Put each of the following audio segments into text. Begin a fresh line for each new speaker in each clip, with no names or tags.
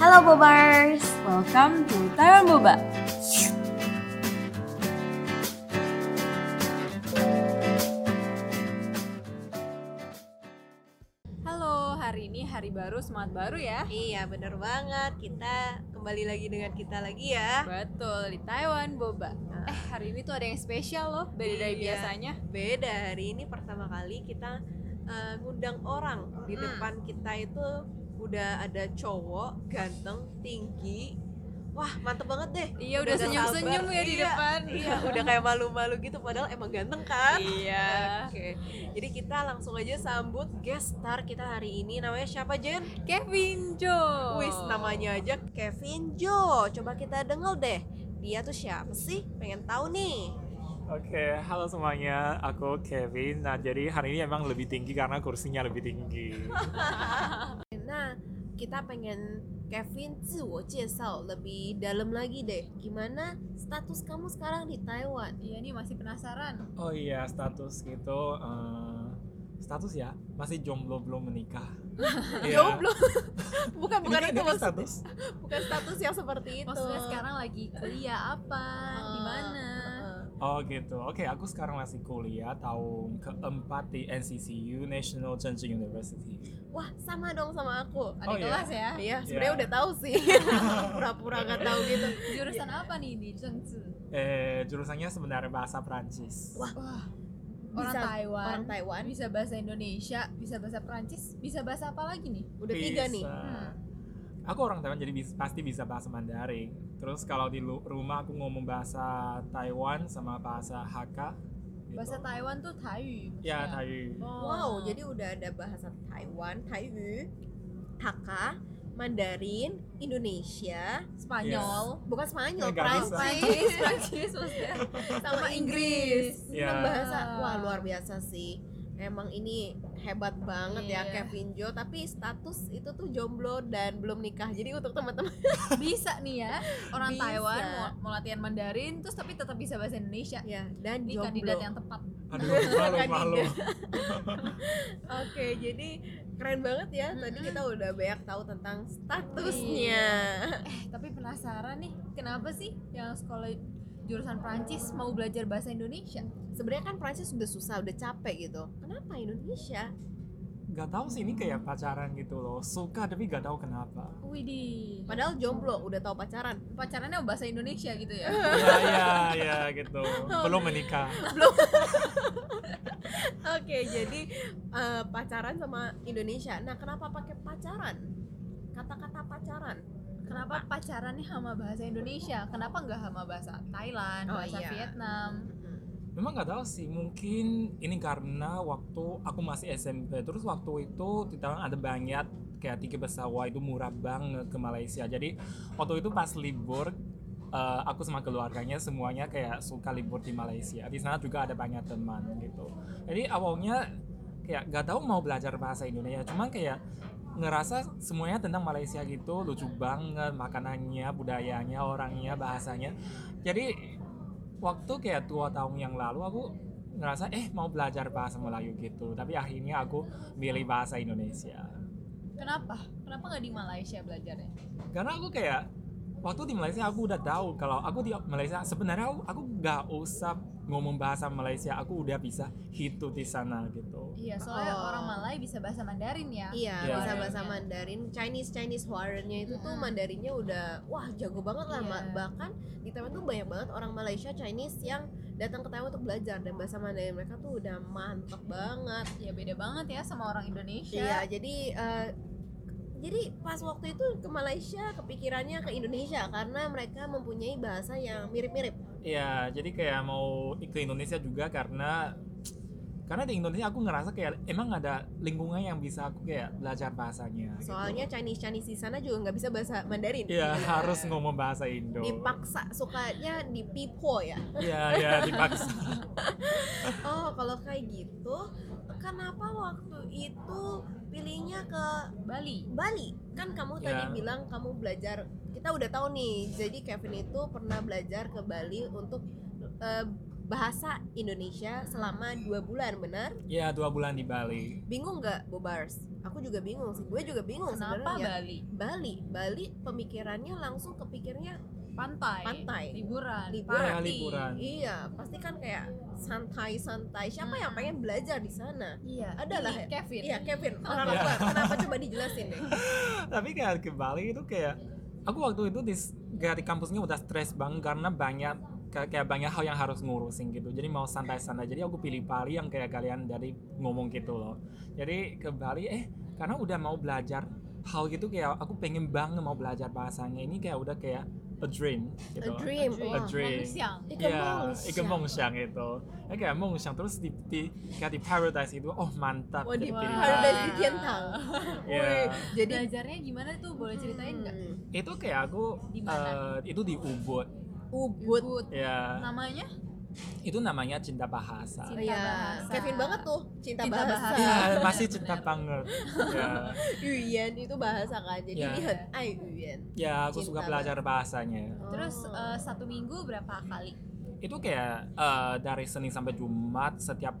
Halo Bobers.
Welcome to Taiwan Boba. Halo, hari ini hari baru, semangat baru ya.
Iya, bener banget. Kita kembali lagi dengan kita lagi ya.
Betul, di Taiwan Boba. Eh, hari ini tuh ada yang spesial loh, beda dari
Iya.
biasanya.
Beda hari ini pertama kali kita eh, ngundang orang di
Mm.
depan kita itu udah ada cowok ganteng, tinggi. Wah, mantep banget deh.
Iya, udah
nggak
senyum-senyum
sabar.
ya di
Iya,
depan.
Iya, udah kayak malu-malu gitu padahal emang ganteng kan?
Iya.
Oke. Jadi kita langsung aja sambut guest star kita hari ini namanya siapa, Jen?
Kevin Jo.
Wis namanya aja Kevin Jo. Coba kita dengar deh. Dia tuh siapa sih? Pengen tahu nih.
Oke, halo semuanya. Aku Kevin. Nah, jadi hari ini emang lebih tinggi karena kursinya lebih tinggi.
Nah, kita pengen Kevin jiao lebih dalam lagi deh. Gimana status kamu sekarang di Taiwan?
Iya nih masih penasaran.
Oh iya, status gitu. eh, status ya, masih jomblo belum menikah. Iya.
Jomblo. bukan
Ini
bukan
kan-
itu
ini kan
maksud,
status.
bukan status yang seperti itu.
Maksudnya sekarang lagi kuliah apa? Di mana?
Oh gitu. Oke, aku sekarang masih kuliah tahun keempat di NCCU National Zhengzhi University.
Wah, sama dong sama aku.
Ada
Oh, iya.
kelas ya?
Iya,
Iya.
sebenarnya udah tahu sih. Pura-pura nggak tahu gitu.
Jurusan apa nih di Zhengzhi?
Eh, jurusannya sebenarnya bahasa Prancis.
Wah.
Orang
Bisa-
Taiwan.
Orang Taiwan
Bisa bahasa Indonesia, bisa bahasa Perancis, bisa bahasa apa lagi nih?
udah tiga nih.
Bisa.
Hmm.
Aku orang Taiwan jadi bis- pasti bisa bahasa Mandarin. Terus kalau di lu- rumah aku ngomong bahasa Taiwan sama bahasa Hakka. gitu.
Bahasa Taiwan tuh Taiyu.
Ya,
maksudnya.
Taiwan.
Oh.
Wow, jadi udah ada bahasa Taiwan, Taiyu, Hakka, Mandarin, Indonesia,
Spanyol,
bukan Spanyol,
Nggak bisa.
Prancis,
Prancis, Prancis maksudnya.
sama Inggris.
Ya.
Iya.
Enam bahasa. Wah, luar biasa sih. Emang ini hebat banget ya
Iya.
Kevin Jo, tapi status itu tuh jomblo dan belum nikah. Jadi untuk teman-teman
Bisa nih ya,
Bisa.
orang Taiwan mau, mau latihan Mandarin terus tapi tetap bisa bahasa Indonesia.
ya dan
Ini
jomblo.
kandidat yang tepat.
Aduh, malu malu.
Oke, jadi keren banget ya. Tadi
Mm-mm.
kita udah banyak tahu tentang statusnya.
Eh, tapi penasaran nih, kenapa sih yang sekolah jurusan Prancis mau belajar bahasa Indonesia?
Sebenarnya kan Prancis udah susah, udah capek gitu. Kenapa Indonesia?
Gak tahu sih ini kayak pacaran gitu loh. Suka tapi gak tahu kenapa.
Widih.
Padahal jomblo udah tahu pacaran.
Pacarannya bahasa Indonesia gitu ya.
ya ya ya gitu. Belum menikah.
Oke, jadi eh, pacaran sama Indonesia. Nah, kenapa pakai pacaran? Kata-kata pacaran.
Kenapa pacarannya sama bahasa Indonesia? Kenapa nggak sama bahasa Thailand,
Oh,
bahasa
iya.
Vietnam?
Memang gak tahu sih. Mungkin ini karena waktu aku masih SMP. Terus waktu itu di Taiwan ada banyak kayak tiga pesawat itu murah banget ke Malaysia. Jadi waktu itu pas libur eh, aku sama keluarganya semuanya kayak suka libur di Malaysia. Di sana juga ada banyak teman gitu. Jadi awalnya kayak gak tahu mau belajar bahasa Indonesia. Cuman kayak ngerasa semuanya tentang Malaysia gitu lucu banget makanannya, budayanya, orangnya, bahasanya. Jadi waktu kayak dua tahun yang lalu aku ngerasa eh mau belajar bahasa Melayu gitu tapi akhirnya aku milih bahasa Indonesia
Kenapa? Kenapa nggak di Malaysia belajarnya?
karena aku kayak waktu di Malaysia aku udah tahu kalau aku di Malaysia sebenarnya aku, aku gak usah ngomong bahasa Malaysia aku udah bisa hidup di sana gitu
Iya, soalnya
Oh.
orang Malay bisa bahasa Mandarin ya.
Iya,
Iya.
bahasa bahasa Mandarin, Chinese Chinese Warrennya itu tuh
Mm-mm.
Mandarinnya udah wah jago banget lah.
Iya.
Ma- Bahkan di Taiwan tuh banyak banget orang Malaysia Chinese yang datang ke Taiwan untuk belajar dan bahasa Mandarin mereka tuh udah mantep banget.
Ya beda banget ya sama orang Indonesia.
Iya, jadi eh, jadi pas waktu itu ke Malaysia kepikirannya ke Indonesia karena mereka mempunyai bahasa yang mirip-mirip.
Iya, jadi kayak mau ke Indonesia juga karena karena di Indonesia aku ngerasa kayak emang ada lingkungan yang bisa aku kayak belajar bahasanya gitu.
Soalnya Chinese Chinese di sana juga nggak bisa bahasa Mandarin.
Iya, harus ngomong bahasa Indo.
Dipaksa sukanya dipipo ya.
Iya, iya, dipaksa.
Oh, kalau kayak gitu, kenapa waktu itu pilihnya ke
Bali.
Bali? Kan kamu tadi
Ya.
bilang kamu belajar. Kita udah tahu nih. Jadi Kevin itu pernah belajar ke Bali untuk eh, bahasa Indonesia selama dua bulan benar?
Ya dua bulan di Bali.
Bingung nggak Bobars? Aku juga bingung sih. Gue juga bingung
Kenapa
Oh, sebenarnya.
Bali?
Bali, Bali pemikirannya langsung kepikirnya
Pantai.
Pantai.
Liburan.
Liburan.
Ya
party.
liburan.
iya pasti kan kayak santai-santai. Siapa yang
Hmm.
pengen belajar di sana?
Iya.
Adalah
Ini Kevin.
Iya Kevin, orang
Iya.
tua kenapa coba dijelasin deh?
Tapi kayak ke Bali itu kayak aku waktu itu di kayak di kampusnya udah stres banget karena banyak kayak, kayak banyak hal yang harus ngurusin gitu. Jadi mau santai-santai. Jadi aku pilih Bali yang kayak kalian dari ngomong gitu loh. Jadi ke Bali eh karena udah mau belajar hal gitu kayak aku pengen banget mau belajar bahasanya ini kayak udah kayak a dream
A
gitu.
dream,
A
wah.
dream.
Makan siang.
Ike
Iya,
Mongsyang.
Ike Mongsyang itu. Ya, kayak Mongsyang terus di, di kayak di paradise itu, oh mantap.
Wah, di
jadi pilih
Paradise
Bali.
di Tientang.
Iya.
Wih,
Jadi belajarnya gimana tuh? Boleh ceritain nggak?
Hmm.
Itu kayak aku
Di mana?
eh, itu di Ubud.
Uh, Ubud. Nah.
Ya,
Namanya?
itu namanya cinta bahasa.
Cinta
Iya,
bahasa.
Kevin banget tuh cinta,
Cinta
bahasa.
bahasa.
Ya, masih cinta banget. Ya,
Uyen itu bahasa kan. Jadi
Iya.
lihat ai Uyen.
ya aku suka
Cinta
belajar bahasanya.
Oh.
Terus eh, satu minggu berapa kali?
Itu kayak eh, dari Senin sampai Jumat setiap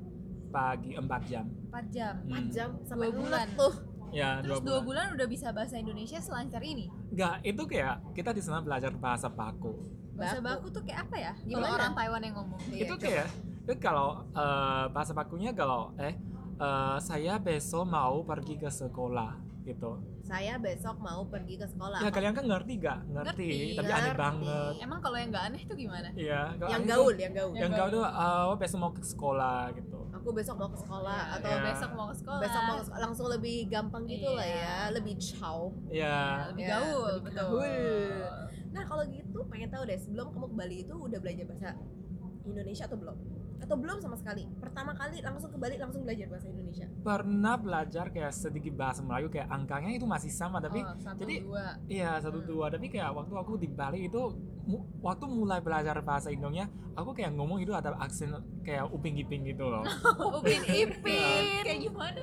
pagi 4 jam.
4 jam.
Hmm.
empat jam sampai
Dua
bulan
bulan.
tuh.
Ya,
Terus dua bulan. udah bisa bahasa Indonesia selancar ini.
Enggak, itu kayak kita di sana belajar bahasa baku.
Bahasa
Baku.
baku tuh kayak apa ya? Kalau
Gimana?
orang Taiwan yang ngomong.
Iya,
itu
coba.
kayak itu kalau eh, bahasa bakunya kalau eh eh, saya besok mau pergi ke sekolah gitu
Saya besok mau pergi ke sekolah.
ya kalian kan ngerti gak
Ngerti,
ngerti, tapi aneh
Nah. ngerti.
banget
Emang kalau yang nggak aneh tuh gimana?
Iya, kalau
yang
aneh tuh-
gaul, yang gaul.
yang gaul tuh eh, oh, besok mau ke sekolah gitu
Aku besok mau ke sekolah atau
atau
Iya.
besok mau ke sekolah.
besok mau ke sekolah langsung lebih gampang gitu lah ya,
Iya.
lebih ciao.
ya
lebih
Ya,
gaul,
lebih
betul. Oh,
gaul. Nah, kalau gitu pengen tahu deh sebelum kamu ke Bali itu udah belajar bahasa Indonesia atau belum? Atau belum sama sekali? Pertama kali langsung ke Bali langsung belajar bahasa Indonesia.
pernah belajar kayak sedikit bahasa Melayu kayak angkanya itu masih sama tapi
Oh, satu,
jadi-
dua.
iya satu
Hmm.
dua tapi kayak waktu aku di Bali itu mu- waktu mulai belajar bahasa Indonya aku kayak ngomong itu ada aksen kayak uping iping gitu loh
Upin Ipin. Kayak gimana?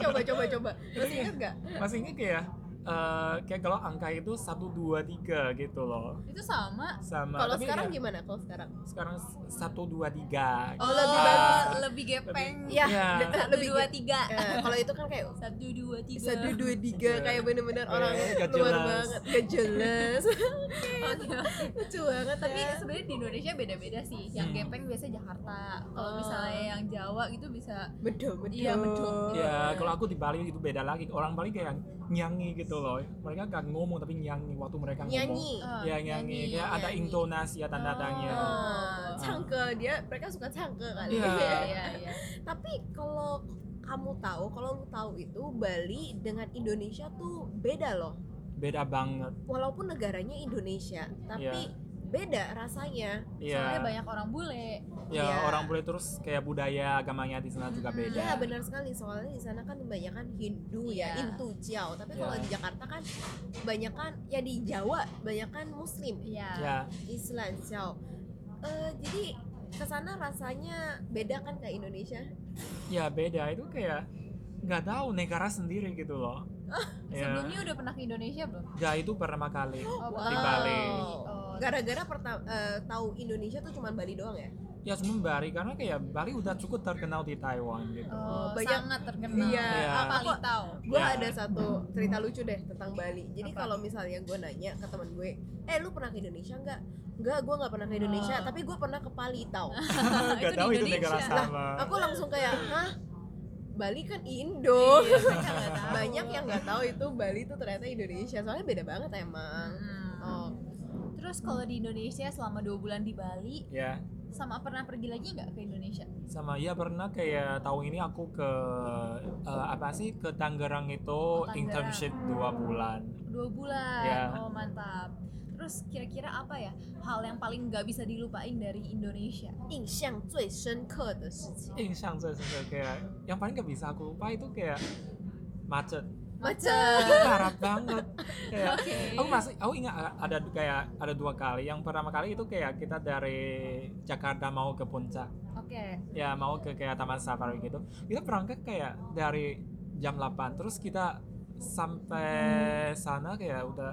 coba coba coba. Masih ingat gak?
masih inget kayak eh, kayak kalau angka itu satu dua tiga gitu loh
Itu sama.
sama
Kalau
tapi
sekarang
ya,
gimana kalau sekarang?
sekarang satu dua tiga Nah,
Oh, lebih
Ah,
bagus.
lebih gepeng.
Iya.
Iya.
Satu,
Lebih
dua, tiga.
Eh, kalau itu kan kayak
Satu, dua, tiga.
satu dua tiga
Iya.
kayak bener-bener orang
Iya, gak
luar
jelas.
banget gak jelas
Oke, oke.
lucu banget
Oh, iya. Tapi
ya.
sebenarnya di Indonesia beda-beda sih. Yang
Hmm.
gepeng biasa Jakarta. Kalau
Oh.
misalnya yang Jawa gitu bisa
bedo bedo
Iya, bedo.
ya kalau aku di Bali itu beda lagi orang Bali kayak nyanyi gitu loh mereka gak ngomong tapi nyanyi waktu mereka ngomong
nyanyi
eh,
ya nyanyi kayak ada
nyanyi. Oh.
intonasi ya tanda tanya
Ah, cangke dia mereka suka cangke kali
Iya.
Iya, iya, iya.
tapi kalau kamu tahu kalau lu tahu itu Bali dengan Indonesia tuh beda loh
beda banget
walaupun negaranya Indonesia tapi beda rasanya
Soalnya
ya
banyak orang bule.
ya
Iya.
orang boleh terus kayak budaya agamanya di sana juga
Mm-mm.
beda
Iya benar sekali soalnya di sana kan kebanyakan Hindu ya
Iya.
Hindu Jawa tapi
Iya.
kalau di Jakarta kan kebanyakan ya di Jawa kebanyakan Muslim
Iya.
ya
Islam Jawa Eh, jadi kesana rasanya beda kan kayak Indonesia
ya beda itu kayak nggak tahu negara sendiri gitu loh ya
Ah, Sebelumnya udah pernah ke Indonesia belum?
ya itu pertama kali
Oh,
Wow.
di Bali.
Oh,
gara-gara perta- eh, tahu Indonesia tuh cuman Bali doang ya
ya cuma Bali karena kayak Bali udah cukup terkenal di Taiwan gitu
oh,
Banyak-
sangat terkenal.
Iya,
Iya.
Apa
aku-
tahu?
gue
Ya.
ada satu cerita lucu deh tentang Bali jadi
Apa?
kalau misalnya gue nanya ke teman gue eh lu pernah ke Indonesia nggak nggak gue nggak pernah ke Indonesia
Oh.
tapi gue pernah ke Palitau
nggak
di
tahu itu
Indonesia. Iya,
negara sama
aku langsung kayak hah Bali kan Indo
Iya, banyak nggak tahu.
banyak yang nggak tahu itu Bali tuh ternyata Indonesia soalnya beda banget emang
Hmm.
oh
Terus kalau di Indonesia selama dua bulan di Bali,
ya
sama pernah pergi lagi nggak ke Indonesia?
sama ya pernah kayak tahun ini aku ke eh, apa sih ke Tangerang itu
Oh, Tangerang.
internship dua bulan
Dua bulan.
Iya.
Oh mantap. Terus kira-kira apa ya hal yang paling nggak bisa dilupain dari Indonesia?
印象最深刻的事情
Insyang kayak yang paling gak bisa aku lupa itu kayak macet
macet
itu parah banget kayak
Oke.
Iya. aku masih aku ingat a- ada kayak ada dua kali yang pertama kali itu kayak kita dari Jakarta mau ke puncak
Oke.
ya mau ke kayak taman safari gitu kita berangkat kayak dari jam 8 terus kita sampai sana kayak udah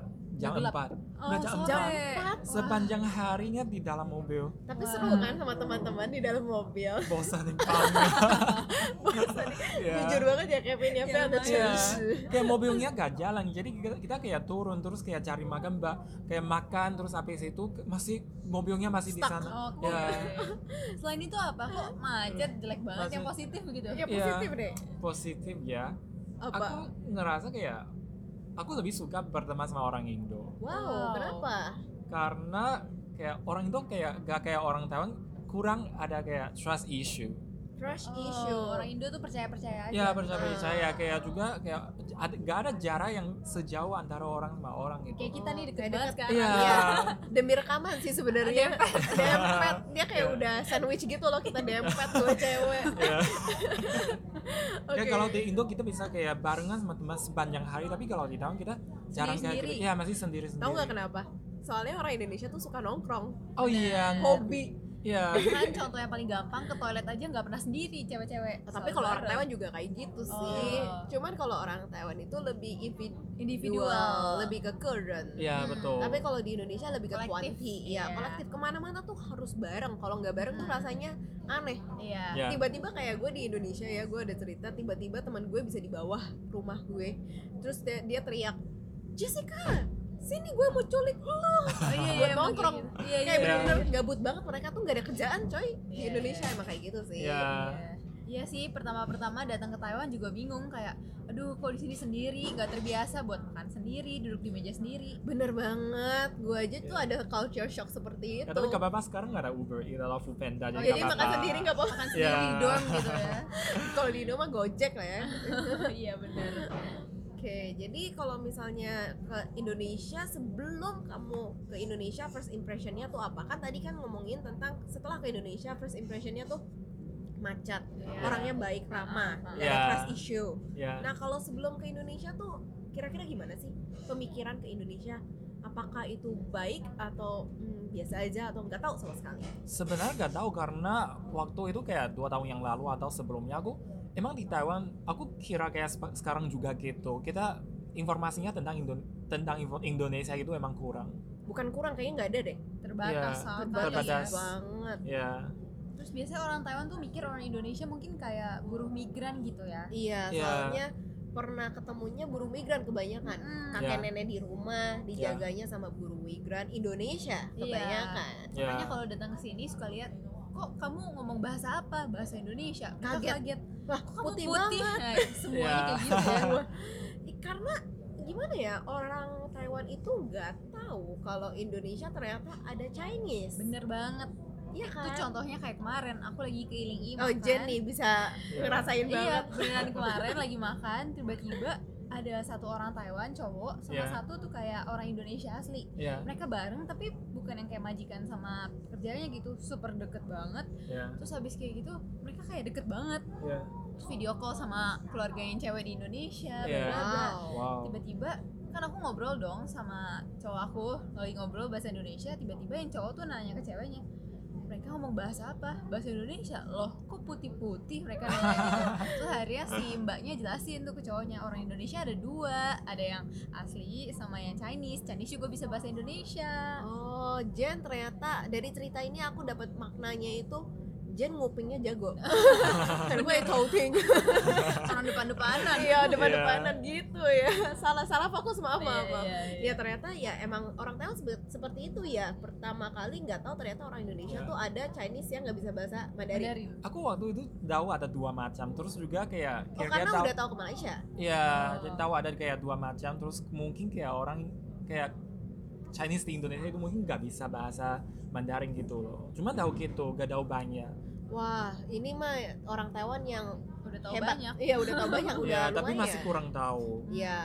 Hmm.
jam
Udah gelap.
4
Oh,
Udah jam
sore.
empat.
Empat.
Wah.
sepanjang harinya di dalam mobil
Tapi
Wah.
seru kan sama teman-teman di dalam mobil.
bosan yang paling Iya.
Jujur banget ya Kevin ya,
Ya,
Fel, ada
Iya.
change.
kayak mobilnya gak jalan jadi kita, kita kayak turun terus kayak cari makan mbak kayak makan terus habis itu ke- masih mobilnya masih di
Stuck.
sana
Oke.
Ya.
Selain itu apa? Kok macet jelek banget yang positif gitu? begitu?
Ya
Iya.
positif deh.
positif ya
Apa?
aku ngerasa kayak aku lebih suka berteman sama orang Indo
Wow,
Wow.
Oh, kenapa?
karena kayak orang Indo kayak gak kayak orang Taiwan kurang ada kayak trust issue
Crush
Oh,
issue.
Orang Indo tuh percaya-percaya aja.
ya percaya percaya kayak juga kayak ada, gak ada jarak yang sejauh antara orang sama orang gitu
Kayak kita nih deket
Kayak
banget kan.
iya
Iya. Demi rekaman sih sebenarnya. Dempet. Dia kayak
Iya.
udah sandwich gitu loh kita dempet gue cewek.
Iya.
Oke.
Ya kalau di Indo kita bisa kayak barengan sama teman sepanjang hari, tapi kalau di Taiwan kita jarang kayak
Sendiri-sendiri.
gitu. Iya, masih sendiri-sendiri.
Tahu nggak kenapa? Soalnya orang Indonesia tuh suka nongkrong,
Oh iya.
hobi.
Iya.
Kan contoh yang paling gampang ke toilet aja nggak pernah sendiri cewek-cewek.
Tapi
Selalu
kalau orang
bareng.
Taiwan juga kayak gitu sih.
Oh.
Cuman kalau orang Taiwan itu lebih individual,
individual
lebih ke current.
Iya,
Hmm.
betul.
Tapi kalau di Indonesia lebih ke
Kolektif.
kuanti, ya
Iya.
kolektif kemana-mana tuh harus bareng. Kalau nggak bareng tuh
Hmm.
rasanya aneh.
Iya.
Iya.
Tiba-tiba kayak gue di Indonesia ya, gue ada cerita tiba-tiba teman gue bisa di bawah rumah gue, terus dia, dia teriak, Jessica, sini gue mau culik lo.
Oh, iya,
Buat
iya, emang
nongkrong.
kayak gitu. Iya, iya.
Kayak
iya.
bener-bener gabut banget mereka tuh nggak ada kerjaan coy di
Iya,
Indonesia
iya.
emang kayak gitu sih.
Iya.
Iya. Iya sih, pertama-pertama datang ke Taiwan juga bingung kayak aduh kok di sini sendiri, nggak terbiasa buat makan sendiri, duduk di meja sendiri.
Bener banget, gue aja
Iya.
tuh ada culture shock seperti itu.
Ya, tapi nggak apa-apa sekarang nggak ada Uber Eats atau Foodpanda
Oh,
jadi
Jadi
nggak
makan
apa-apa.
sendiri nggak apa-apa.
Makan sendiri
Iya.
di dorm gitu ya.
Kalau di Indo mah gojek lah ya.
Iya benar.
Oke, jadi kalau misalnya ke Indonesia sebelum kamu ke Indonesia first impressionnya tuh apa? Kan tadi kan ngomongin tentang setelah ke Indonesia first impressionnya tuh macet,
Iya.
orangnya baik, ramah, nggak
Ah, ah,
ada
ah. Iya.
trust issue.
Ya.
Nah kalau sebelum ke Indonesia tuh kira-kira gimana sih pemikiran ke Indonesia? Apakah itu baik atau hmm, biasa aja atau nggak tahu sama sekali?
Sebenarnya nggak tahu karena waktu itu kayak dua tahun yang lalu atau sebelumnya aku emang di Taiwan aku kira kayak sepa- sekarang juga gitu. Kita informasinya tentang Indo- tentang info- Indonesia itu emang kurang.
Bukan kurang kayaknya nggak ada deh,
Terbatas
Iya,
sama kali
terbatas
Terbatas.
ya.
banget.
Ya.
Terus biasanya orang Taiwan tuh mikir orang Indonesia mungkin kayak buruh migran gitu ya.
Iya,
Iya.
soalnya pernah ketemunya buruh migran kebanyakan.
Hmm.
kakek
Ya.
nenek di rumah dijaganya sama guru migran Indonesia
Iya.
kebanyakan
Ya.
Makanya kalau datang ke sini suka lihat kok kamu ngomong bahasa apa? Bahasa Indonesia. Kita
Kaget.
kaget.
wah
Kok kamu
putih,
putih,
banget
Nah, semuanya
Iya.
kayak gitu ya.
Ih, karena gimana ya orang Taiwan itu nggak tahu kalau Indonesia ternyata ada Chinese
Bener banget.
iya
Itu
kan
contohnya kayak kemarin aku lagi keiling iling
oh Jen nih bisa
Iya.
ngerasain
Iya,
banget
beneran kemarin lagi makan tiba-tiba ada satu orang Taiwan cowok sama
Iya.
satu tuh kayak orang Indonesia asli.
Ya.
Mereka bareng tapi bukan yang kayak majikan sama pekerjanya gitu, super deket banget.
Ya.
Terus habis kayak gitu mereka kayak deket banget.
Ya.
Terus video call sama keluarga yang cewek di Indonesia. bla
Iya.
bla bla.
wow
Wow.
Tiba-tiba kan aku ngobrol dong sama cowok aku lagi ngobrol bahasa Indonesia. Tiba-tiba yang cowok tuh nanya ke ceweknya mereka ngomong bahasa apa? Bahasa Indonesia loh, kok putih-putih mereka nanya gitu. Terus akhirnya si mbaknya jelasin tuh ke cowoknya Orang Indonesia ada dua, ada yang asli sama yang Chinese Chinese juga bisa bahasa Indonesia
oh Jen ternyata dari cerita ini aku dapat maknanya itu Jen ngupingnya jago kan gue talking
Orang depan-depanan
iya depan-depanan gitu ya salah-salah fokus maaf
Iya,
maaf maaf.
iya,
Ya
iya.
ternyata ya emang orang Taiwan sebe- seperti itu ya. Pertama kali nggak tahu ternyata orang Indonesia
Ya.
tuh ada Chinese yang nggak bisa bahasa Mandarin.
Mandarin.
Aku waktu itu tahu ada dua macam, terus juga kayak
Oh
kira-kira
karena
tahu,
udah tahu ke Malaysia.
ya
Oh.
jadi tahu ada kayak dua macam, terus mungkin kayak orang kayak Chinese di Indonesia itu mungkin nggak bisa bahasa Mandarin gitu loh. Cuma tahu
Hmm.
gitu, gak tahu banyak.
Wah ini mah orang Taiwan yang
Udah tahu
hebat.
banyak
Iya udah tahu banyak udah
ya,
lumayan.
tapi masih kurang tahu.
Iya.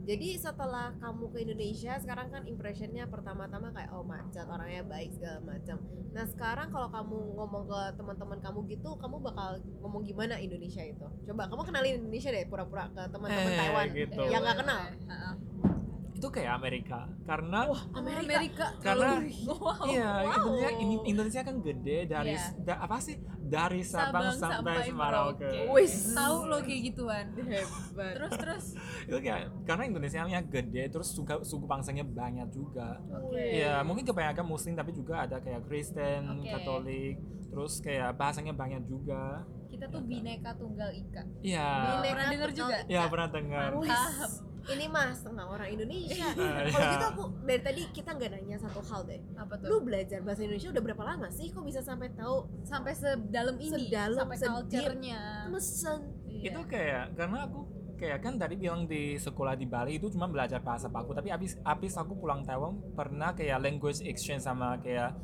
Jadi setelah kamu ke Indonesia, sekarang kan impressionnya pertama-tama kayak oh macet orangnya baik segala macam. Nah sekarang kalau kamu ngomong ke teman-teman kamu gitu, kamu bakal ngomong gimana Indonesia itu? Coba kamu kenalin Indonesia deh pura-pura ke teman-teman
Eh,
Taiwan
gitu.
yang nggak kenal.
Iya, Heeh.
itu kayak Amerika karena
Amerika.
Karena-
wow.
Iya,
oh, Wow.
sebenarnya ini- Indonesia kan gede dari
Iya.
da- apa sih? Dari Sabang,
Sabang
sampai,
sampai
Merauke.
Merauke.
Wis.
tahu lo kayak gituan
Hebat.
terus terus
Itu kayak karena Indonesia nya gede, terus suku, suku bangsanya banyak juga.
Oke.
Iya, mungkin kebanyakan Muslim tapi juga ada kayak Kristen,
Oke.
Katolik, terus kayak bahasanya banyak juga.
kita tuh bineka tunggal ika
Iya.
Bineka
pernah dengar
Tunggal
juga
Iya, pernah dengar.
Wih,
Mantap.
ini mas tentang orang Indonesia.
Ah,
Kalau
iya.
gitu aku dari tadi kita nggak nanya satu hal deh.
apa tuh
Lu belajar bahasa Indonesia udah berapa lama sih? Kok bisa sampai tahu
sampai sedalam ini
Sedalam,
sampai
sedip.
culture-nya
mesen?
Iya.
Itu kayak karena aku kayak kan tadi bilang di sekolah di Bali itu cuma belajar bahasa baku tapi abis abis aku pulang Taiwan pernah kayak language exchange sama kayak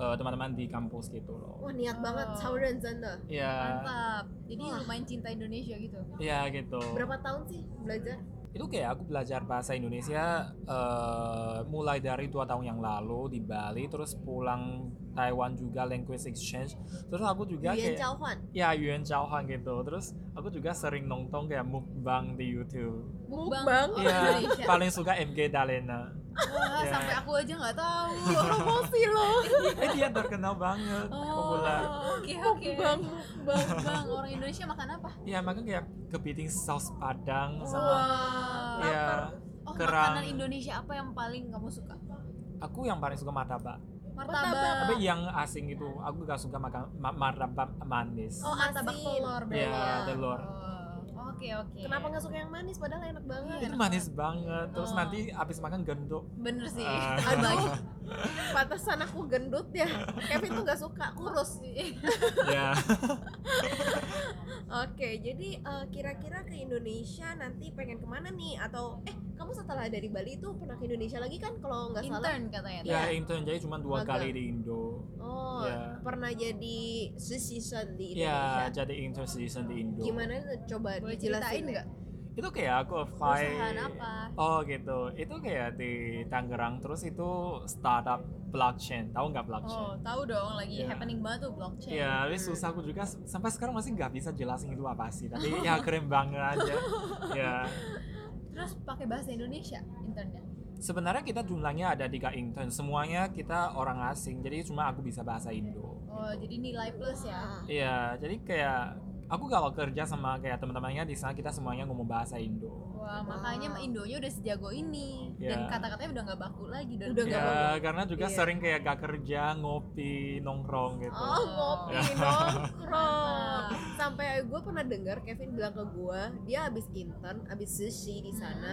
eh, teman-teman di kampus gitu loh.
Wah niat
Oh.
banget, sauren Zanda.
Iya.
mantap jadi
Wah.
lumayan cinta Indonesia gitu
Iya gitu.
Berapa tahun sih belajar?
Itu kayak aku belajar bahasa Indonesia eh, mulai dari dua tahun yang lalu di Bali, terus pulang Taiwan juga language exchange. Terus aku juga
Yuan
kayak
Chaohuan.
ya Yuan Chaohan gitu. Terus aku juga sering nonton kayak mukbang di YouTube.
Mukbang.
mukbang orang
Iya,
Indonesia
paling suka MG Dalena.
Wah,
Iya.
sampai aku aja nggak tahu
Promosi lo.
Eh dia terkenal banget,
oh
populer.
oke oke
Bang,
Iya.
bang.
Bang, orang Indonesia makan apa?
Iya, makanya kayak kepiting saus Padang sama
Wah.
ya
Oh,
Kerang.
makanan Indonesia apa yang paling kamu suka?
aku yang paling suka martabak.
Martabak.
Tapi yang asing itu aku gak suka makan ma- martabak manis.
Oh,
martabak
asin.
telur,
Iya,
berarti.
telur.
Oh, Oke, oke.
Kenapa nggak suka yang manis? Padahal enak banget.
Iya, itu manis banget terus
Iya, Oh.
nanti abis makan gendut
Bener sih.
Ah.
Aduh, pantesan aku gendut ya. Kevin tuh nggak suka kurus.
Iya.
ya
Oke, jadi eh, kira-kira ke Indonesia nanti pengen kemana nih? Atau eh kamu setelah dari Bali itu pernah ke Indonesia lagi kan kalau nggak salah?
Intern katanya.
ya intern jadi cuma dua
Magang.
kali di Indo
Oh,
Ya.
pernah jadi season di
Gitu
ya
Indonesia.
jadi intern season di Indo
Gimana tuh? coba
Boleh
dijelasin
ceritain
nggak?
nggak?
itu kayak aku apply
Perusahaan apa?
oh gitu itu kayak di Tangerang terus itu startup blockchain tahu nggak blockchain
Oh, Hmm. tahu dong lagi
Iya.
happening banget tuh blockchain.
Ya, tapi susah aku juga s- sampai sekarang masih nggak bisa jelasin itu apa sih. Tapi ya keren banget aja. ya,
Terus pakai bahasa Indonesia internnya.
sebenarnya kita jumlahnya ada tiga intern. Semuanya kita orang asing. Jadi cuma aku bisa bahasa Indo.
Oh, jadi nilai plus ya.
Ah,
Iya, jadi kayak aku kalau kerja sama kayak teman-temannya di sana kita semuanya ngomong bahasa Indo.
Wah, makanya
Ah.
Wow.
Indonya udah sejago ini dan
Iya.
kata-katanya udah nggak baku lagi dan
Udah nggak
Ya, karena juga
Iya.
sering kayak gak kerja, ngopi, nongkrong gitu.
Oh ngopi
Ya.
nongkrong
Mantap.
Sampai gue pernah dengar Kevin bilang ke gue Dia abis intern, abis sushi
Hmm.
di sana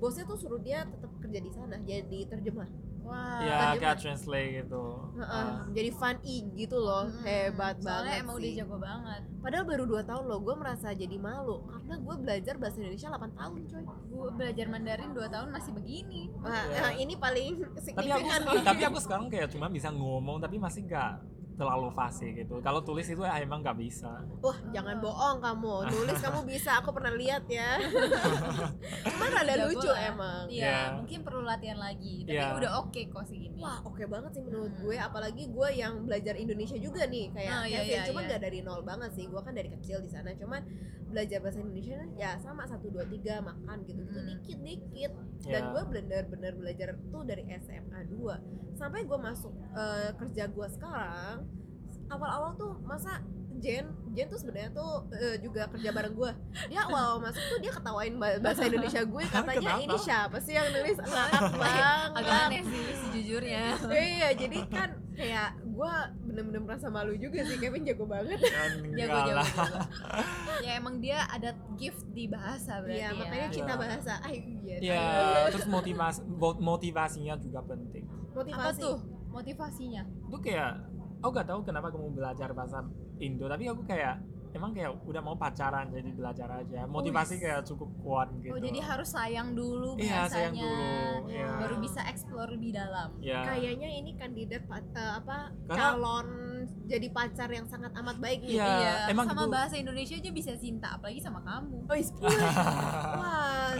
Bosnya tuh suruh dia tetap kerja di sana Jadi terjemah
Wah.
ya,
kerja,
kayak
Pak.
translate gitu.
Heeh, Jadi fun i gitu loh
Mm-mm.
Hebat
Hmm, Soalnya
banget
emang
sih.
udah jago banget.
Padahal baru 2 tahun loh Gue merasa jadi malu Karena gue belajar bahasa Indonesia 8 tahun coy
Gue belajar Mandarin 2 tahun masih begini.
Wah,
Iya.
nah, Ini paling
tapi aku
signifikan
tapi aku sekarang kayak cuma bisa ngomong tapi masih gak terlalu fasih gitu. Kalau tulis itu ya emang gak bisa.
Wah
Ah.
jangan bohong kamu Nulis kamu bisa Aku pernah lihat ya Cuman rada
Jago
lucu
lah.
emang
Iya,
Ya.
mungkin perlu latihan lagi. Tapi
Ya.
udah oke kok segini.
Wah oke banget sih menurut gue apalagi gue yang belajar Indonesia juga nih kayak
Hmm. Ah, iya,
Kevin
iya,
cuman
iya.
gak dari nol banget sih gue kan dari kecil di sana cuman belajar bahasa Indonesia ya sama satu dua tiga makan gitu gitu
Hmm.
dikit dikit dan
Ya.
gue bener-bener belajar tuh dari SMA 2 sampai gue masuk eh, kerja gue sekarang awal-awal tuh masa Jen Jen tuh sebenarnya tuh eh, juga kerja bareng gue dia awal masuk tuh dia ketawain ba- bahasa Indonesia gue katanya
Kenapa?
ini siapa sih yang nulis ngakak banget
Agak aneh sih sejujurnya.
iya jadi kan kayak gue bener-bener merasa malu juga sih Kevin jago banget
Jago
Dan enggak
jago.
lah.
jago. ya emang dia ada gift di bahasa berarti.
iya
ya.
makanya cinta
Iya.
bahasa ayo iya
Ya, terus motivasi mo- motivasinya juga penting.
apa
motivasi
tuh motivasinya?
Itu kayak aku gak tahu kenapa kamu belajar bahasa Indo, tapi aku kayak emang kayak udah mau pacaran jadi belajar aja. Motivasi kayak cukup kuat gitu.
Oh, jadi harus sayang dulu bahasanya.
Iya, sayang dulu. Iya.
Baru bisa explore lebih dalam.
Ya.
kayaknya ini kandidat pa- eh, apa
Karena-
calon jadi pacar yang sangat amat baik ya. nih
Iya.
Iya,
emang
sama
gitu.
bahasa Indonesia aja bisa cinta, apalagi sama kamu.
oh is wah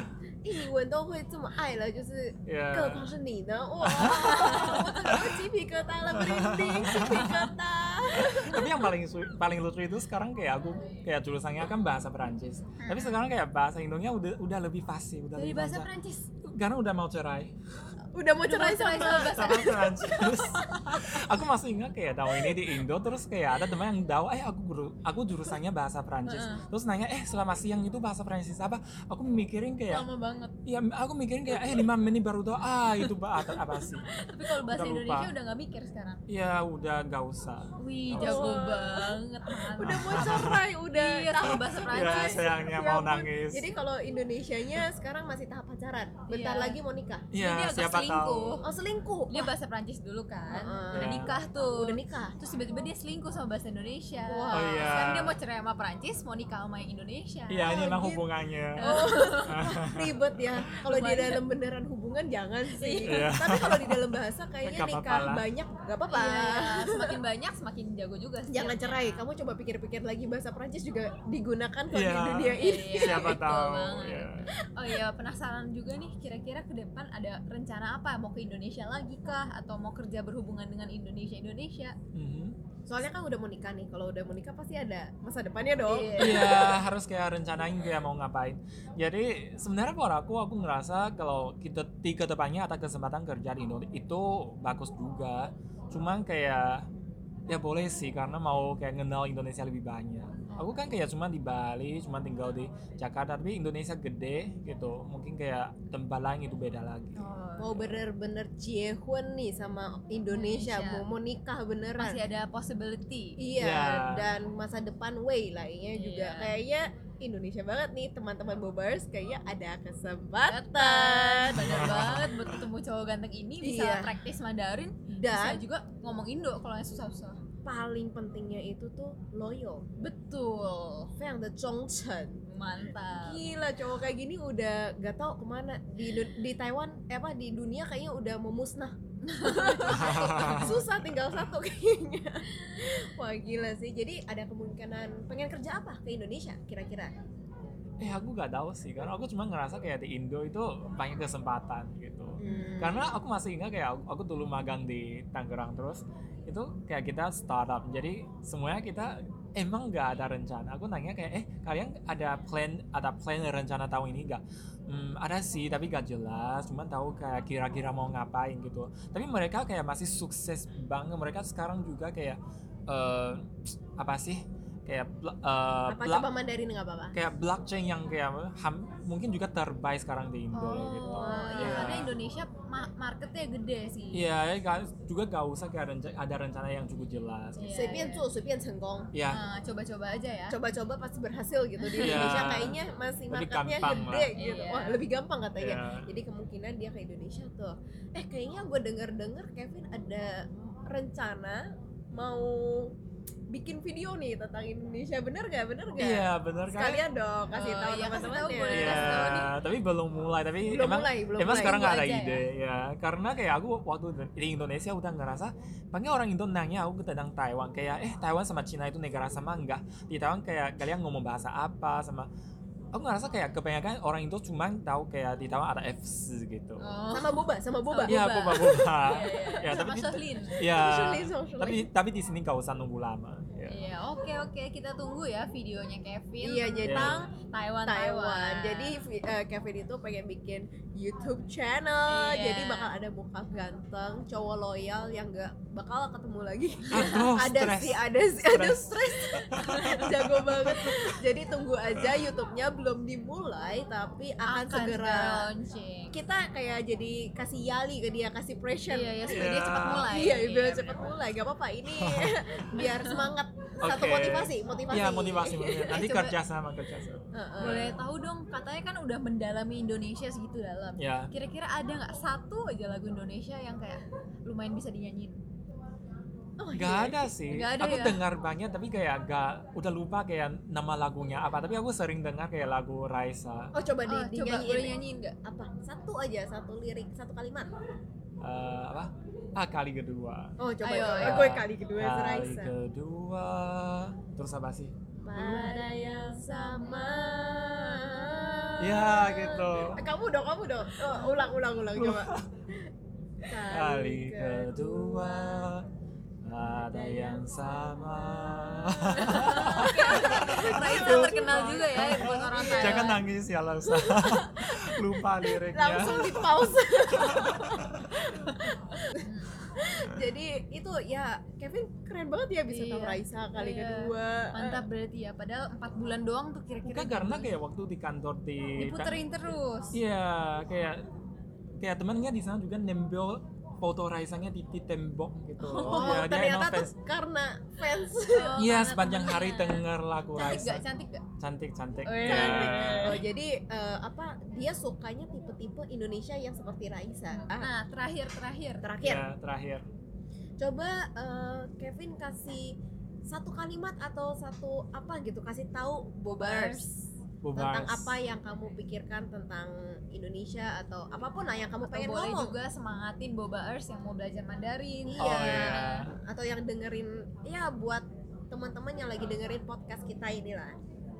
ini Wen Dong Hui cuma ai lah justru
Ya.
wah aku cipi kata lah merinding cipi kata
Tapi yang paling su- paling lucu itu sekarang kayak aku kayak jurusannya kan bahasa Perancis. Tapi sekarang kayak bahasa Indonya udah udah lebih fasih, udah
Dari
lebih
bahasa
lancar.
Prancis.
bahasa, karena udah mau cerai
udah mau cerai
cerai
sama
sama bahasa
sama Prancis aku masih ingat kayak tahun ini di Indo terus kayak ada teman yang tahu eh aku guru aku jurusannya bahasa Prancis
Heeh.
terus nanya eh selama siang itu bahasa Prancis apa aku mikirin kayak
lama banget
ya aku mikirin kayak eh lima menit baru tahu ah itu bahasa apa sih
tapi kalau bahasa
Udah lupa.
Indonesia udah nggak mikir sekarang
ya udah gak usah
wih
Nggak
jago
usah.
banget Mama.
udah mau cerai udah
iya tahu bahasa
ya
Prancis
sayangnya
Ya
mau
ampun.
nangis
Jadi kalau Indonesianya sekarang masih tahap pacaran, bentar
Iya.
lagi mau nikah.
ya
dia agak
siapa tahu
selingkuh.
Oh selingkuh,
dia bahasa Prancis dulu kan
Heeh.
udah
Iya.
nikah tuh
udah nikah.
terus tiba-tiba dia selingkuh sama bahasa Indonesia
Wah.
Oh, iya.
sekarang dia mau cerai sama Prancis mau nikah sama yang Indonesia Oh, iya.
Iya, ini emang
gitu.
hubungannya.
Ribet ya. Kalau di
Lumayan.
dalam beneran hubungan jangan sih.
Iya.
Tapi kalau di dalam bahasa kayaknya
Nggak apa-apa
nikah
lah.
banyak nggak apa-apa.
Iya, semakin banyak semakin jago juga sih. Iya,
Jangan cerai. Kamu coba pikir-pikir lagi bahasa Prancis juga digunakan kalau
Iya.
di dunia ini.
Iya,
Siapa
betul
tahu.
banget.
ya.
Oh iya, penasaran juga nih kira-kira ke depan ada rencana apa? Mau ke Indonesia lagi kah atau mau kerja berhubungan dengan Indonesia Indonesia?
Mhm.
Soalnya kan udah mau nikah nih. Kalau udah mau nikah pasti ada masa depannya dong.
Iya harus kayak rencanain kayak mau ngapain. Jadi sebenarnya kalau aku aku ngerasa kalau kita di kedepannya ada kesempatan kerja di Indonesia itu bagus juga. Cuman kayak ya boleh sih karena mau kayak kenal Indonesia lebih banyak. Aku kan kayak cuma di Bali, cuma tinggal di Jakarta, tapi Indonesia gede gitu. Mungkin kayak tempat lain itu beda lagi.
Oh,
Mau bener-bener ciehun nih sama Indonesia.
Indonesia.
Mau mau nikah beneran.
masih ada possibility.
Iya,
Ya.
dan masa depan way lainnya juga
Iya.
kayaknya Indonesia banget nih teman-teman Bobers kayaknya ada
Bener
kesempatan
banget buat ketemu cowok ganteng ini bisa
Iya.
praktis Mandarin, bisa
dan
juga ngomong Indo kalau yang susah-susah.
paling pentingnya itu tuh loyal,
Betul.
yang the zhongchen.
Mantap.
Gila cowok kayak gini udah gak tau kemana di Indo- di Taiwan eh, apa di dunia kayaknya udah mau musnah. Susah tinggal satu kayaknya. Wah gila sih. Jadi ada kemungkinan pengen kerja apa ke Indonesia kira-kira?
Eh aku gak tahu sih karena aku cuma ngerasa kayak di Indo itu banyak kesempatan gitu.
Hmm.
karena aku masih ingat kayak aku, aku dulu magang di Tangerang terus itu kayak kita startup jadi semuanya kita emang nggak ada rencana aku nanya kayak eh kalian ada plan ada plan rencana tahun ini nggak "Hmm, ada sih tapi gak jelas cuman tahu kayak kira-kira mau ngapain gitu tapi mereka kayak masih sukses banget mereka sekarang juga kayak eh, apa sih kayak pla- eh,
apa
pla-
coba Mandarin nggak
Iya,
apa-apa?
kayak blockchain yang kayak ham- mungkin juga terbaik sekarang di Indo gitu
Oh, iya
Iya.
karena Indonesia ma- marketnya gede sih.
Iya, ga- juga gak usah kayak renca- ada rencana yang cukup jelas.
Iya,
gitu.
iya.
随便做随便成功。
Ya,
Nah, coba-coba aja ya.
coba-coba pasti berhasil gitu di
Iya.
Indonesia kayaknya masih
Lebih
marketnya
gampang
gede
lah.
gitu
Iya.
wah lebih gampang katanya
Iya.
jadi kemungkinan dia ke Indonesia tuh eh kayaknya gue denger-dengar Kevin ada rencana mau bikin video nih tentang Indonesia bener gak bener gak
iya benar kan?
sekalian dong kasih
Oh,
tahu
iya, kasih tahu
teman-temannya
boleh. Iya,
Iya,
Kasih tahu
tapi belum mulai. Tapi
belum
emang
mulai belum
emang
mulai
sekarang gak ada
Tunggu aja
ide ya. Karena kayak aku waktu di Indonesia udah ngerasa, panggil orang Indo nanya aku tentang Taiwan kayak eh Taiwan sama Cina itu negara sama enggak? Di Taiwan kayak kalian ngomong bahasa apa sama aku ngerasa kayak kebanyakan orang Indo cuma tahu kayak di Taiwan ada FC gitu.
Oh.
sama boba sama boba
Iya,
Iya,
boba.
boba-boba.
ya,
Ya,
sama
tapi kita-
Syahlin.
ya.
Sulit, sulit.
Tapi tapi di sini gak usah nunggu lama. Ya.
Iya, oke oke kita tunggu ya videonya Kevin.
Iya, jadi-
tentang Taiwan
Taiwan. Jadi vi- eh, Kevin itu pengen bikin YouTube channel.
Iya.
Jadi bakal ada muka ganteng, cowok loyal yang gak bakal ketemu lagi.
Aduh,
ada
Ah, Oh, stres.
sih, ada sih, ada
Stres.
stres. Jago banget. Jadi tunggu aja YouTube-nya belum dimulai tapi akan, segera
launching.
kita kayak jadi kasih yali ke dia, kasih pressure.
Iya, ya supaya dia cepat mulai.
Iya, biar
bener.
cepat mulai. Gak apa-apa, ini biar semangat. Satu
Oke.
motivasi, motivasi.
Iya motivasi, motivasi. Nanti
Coba-
kerja sama kerja sama.
Heeh.
Boleh tahu dong, katanya kan udah mendalami Indonesia segitu dalam.
Ya,
Kira-kira ada nggak satu aja lagu Indonesia yang kayak lumayan bisa dinyanyiin?
Oh,
nggak
iya.
ada sih.
Nggak ada
aku
ya?
dengar banyak tapi kayak gak udah lupa kayak nama lagunya apa. Tapi aku sering dengar kayak lagu Raisa.
Oh coba di
Oh, coba
dinyanyiin.
boleh nyanyiin nggak?
apa satu aja satu lirik satu kalimat
Eh, apa? Ah kali kedua.
oh coba
Ayo,
coba.
ayo.
gue kali kedua
Kali
seraisa
kedua. Terus apa sih?
pada yang sama
Ya gitu.
Eh, kamu dong kamu dong Oh, ulang ulang ulang coba
Kali kedua ada yang sama. Iya,
Raisa terkenal juga ya buat orang Taiwan.
Jangan nangis ya Larsa. lupa liriknya
langsung di pause jadi itu ya Kevin keren banget ya bisa tahu
Iya.
Raisa kali
Iya.
kedua
mantap berarti ya padahal 4 bulan doang tuh kira-kira gitu.
Enggak karena kayak waktu di kantor di
diputerin terus
Iya, kayak kayak temannya di sana juga nembel foto Raisanya di, di tembok gitu.
oh,
Iya, dia
ternyata
emang
tuh
fans.
karena fans
Oh,
Iya,
karena
sepanjang
temennya.
hari denger lagu
cantik
Raisa.
gak cantik gak
Cantik, cantik.
Oh, iya.
Iya.
oh jadi eh, apa dia sukanya tipe-tipe Indonesia yang seperti Raisa ah,
nah terakhir terakhir
terakhir
Iya, terakhir.
coba eh, Kevin kasih satu kalimat atau satu apa gitu kasih tahu Bobars
Bubars.
tentang apa ya? yang kamu pikirkan tentang Indonesia atau apapun lah yang kamu
Atau
pengen
boleh
ngomong
juga semangatin bobaers yang mau belajar Mandarin
Iya.
Oh iya.
atau yang dengerin ya buat teman-teman yang lagi dengerin podcast kita inilah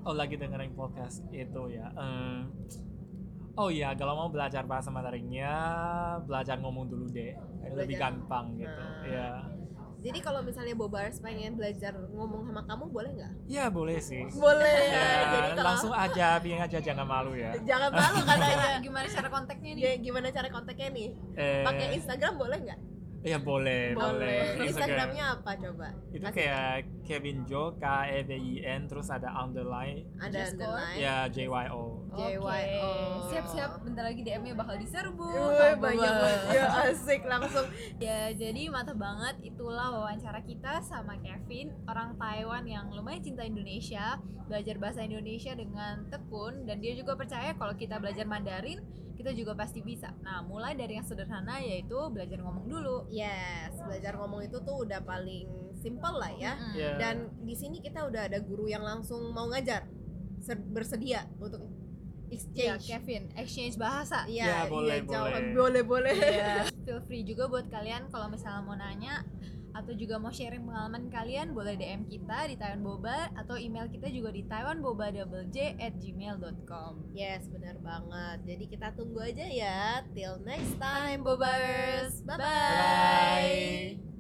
Oh, lagi dengerin podcast itu ya. Eh, oh iya, kalau mau belajar bahasa Mandarinnya, belajar ngomong dulu deh.
Belajar.
Lebih gampang gitu.
Nah.
Iya.
jadi kalau misalnya Bobars pengen belajar ngomong sama kamu boleh nggak
Iya, boleh sih.
boleh
Ya,
jadi kalau
langsung aja, biar aja jangan malu ya.
jangan malu katanya
Nah, gimana cara kontaknya nih
Ya, gimana cara kontaknya nih
Eh,
pakai Instagram boleh nggak
Iya boleh, boleh.
Instagramnya apa coba
itu
Kasih
kayak Kevin Jo K E V I N terus ada underline
ada
Just
underline
ya J Y O.
Oke.
JYO.
Siap-siap, bentar lagi DM-nya bakal
Wih,
diserbu. sama
banyak
Boba.
banget ya asik langsung
Ya, jadi mantap banget itulah wawancara kita sama Kevin, orang Taiwan yang lumayan cinta Indonesia, belajar bahasa Indonesia dengan tekun dan dia juga percaya kalau kita belajar Mandarin, kita juga pasti bisa. Nah, mulai dari yang sederhana yaitu belajar ngomong dulu.
yes belajar ngomong itu tuh udah paling simple lah ya
Mm.
Ya,
dan di sini kita udah ada guru yang langsung mau ngajar ser- bersedia untuk
Ya,
exchange
Kevin, exchange bahasa.
Iya,
Ya,
iya,
boleh,
jawab.
boleh.
boleh boleh
Feel free juga buat kalian kalau misalnya mau nanya atau juga mau sharing pengalaman kalian boleh DM kita di Taiwan Boba atau email kita juga di taiwanboba@gmail.com.
yes benar banget jadi kita tunggu aja ya till next time Oh
Bobers.
bobers bye
Bye.
bye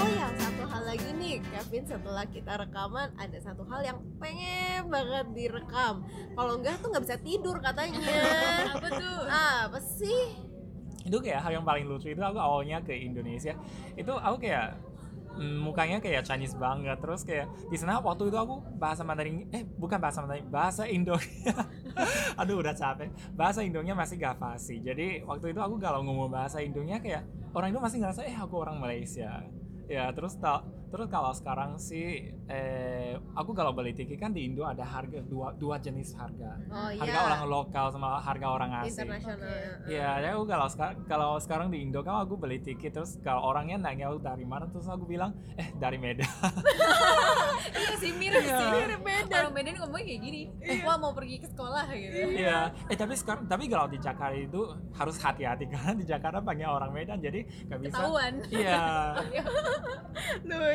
Oh ya, satu hal lagi nih, Kevin setelah kita rekaman ada satu hal yang pengen banget direkam. Kalau enggak tuh nggak bisa tidur katanya.
Apa tuh?
ah, apa sih?
itu kayak hal yang paling lucu itu aku awalnya ke Indonesia itu aku kayak mm, mukanya kayak Chinese banget terus kayak di sana waktu itu aku bahasa Mandarin eh bukan bahasa Mandarin bahasa Indo aduh udah capek bahasa Indonya masih gak fasih jadi waktu itu aku kalau ngomong bahasa Indonya kayak orang itu masih ngerasa eh aku orang Malaysia ya terus ta- terus kalau sekarang sih eh aku kalau beli tiket kan di Indo ada harga dua dua jenis harga
iya.
Oh
harga orang lokal sama harga orang asing
internasional.
Oke.
Iya, ya aku kalau sekarang kalau sekarang di Indo kan aku beli tiket terus kalau orangnya nanya aku dari mana terus aku bilang eh dari Medan.
Iya sih mirip
Iya.
sih.
Mirip Medan.
Orang Medan ngomongnya kayak gini. Wah mau pergi ke sekolah gitu.
Iya. Eh tapi sekarang tapi kalau di Jakarta itu harus hati-hati karena di Jakarta banyak orang Medan jadi nggak bisa.
Ketahuan.
Iya.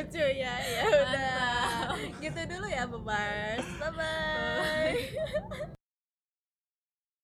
Lucu ya, ya udah. gitu dulu ya, bebas. Bye bye.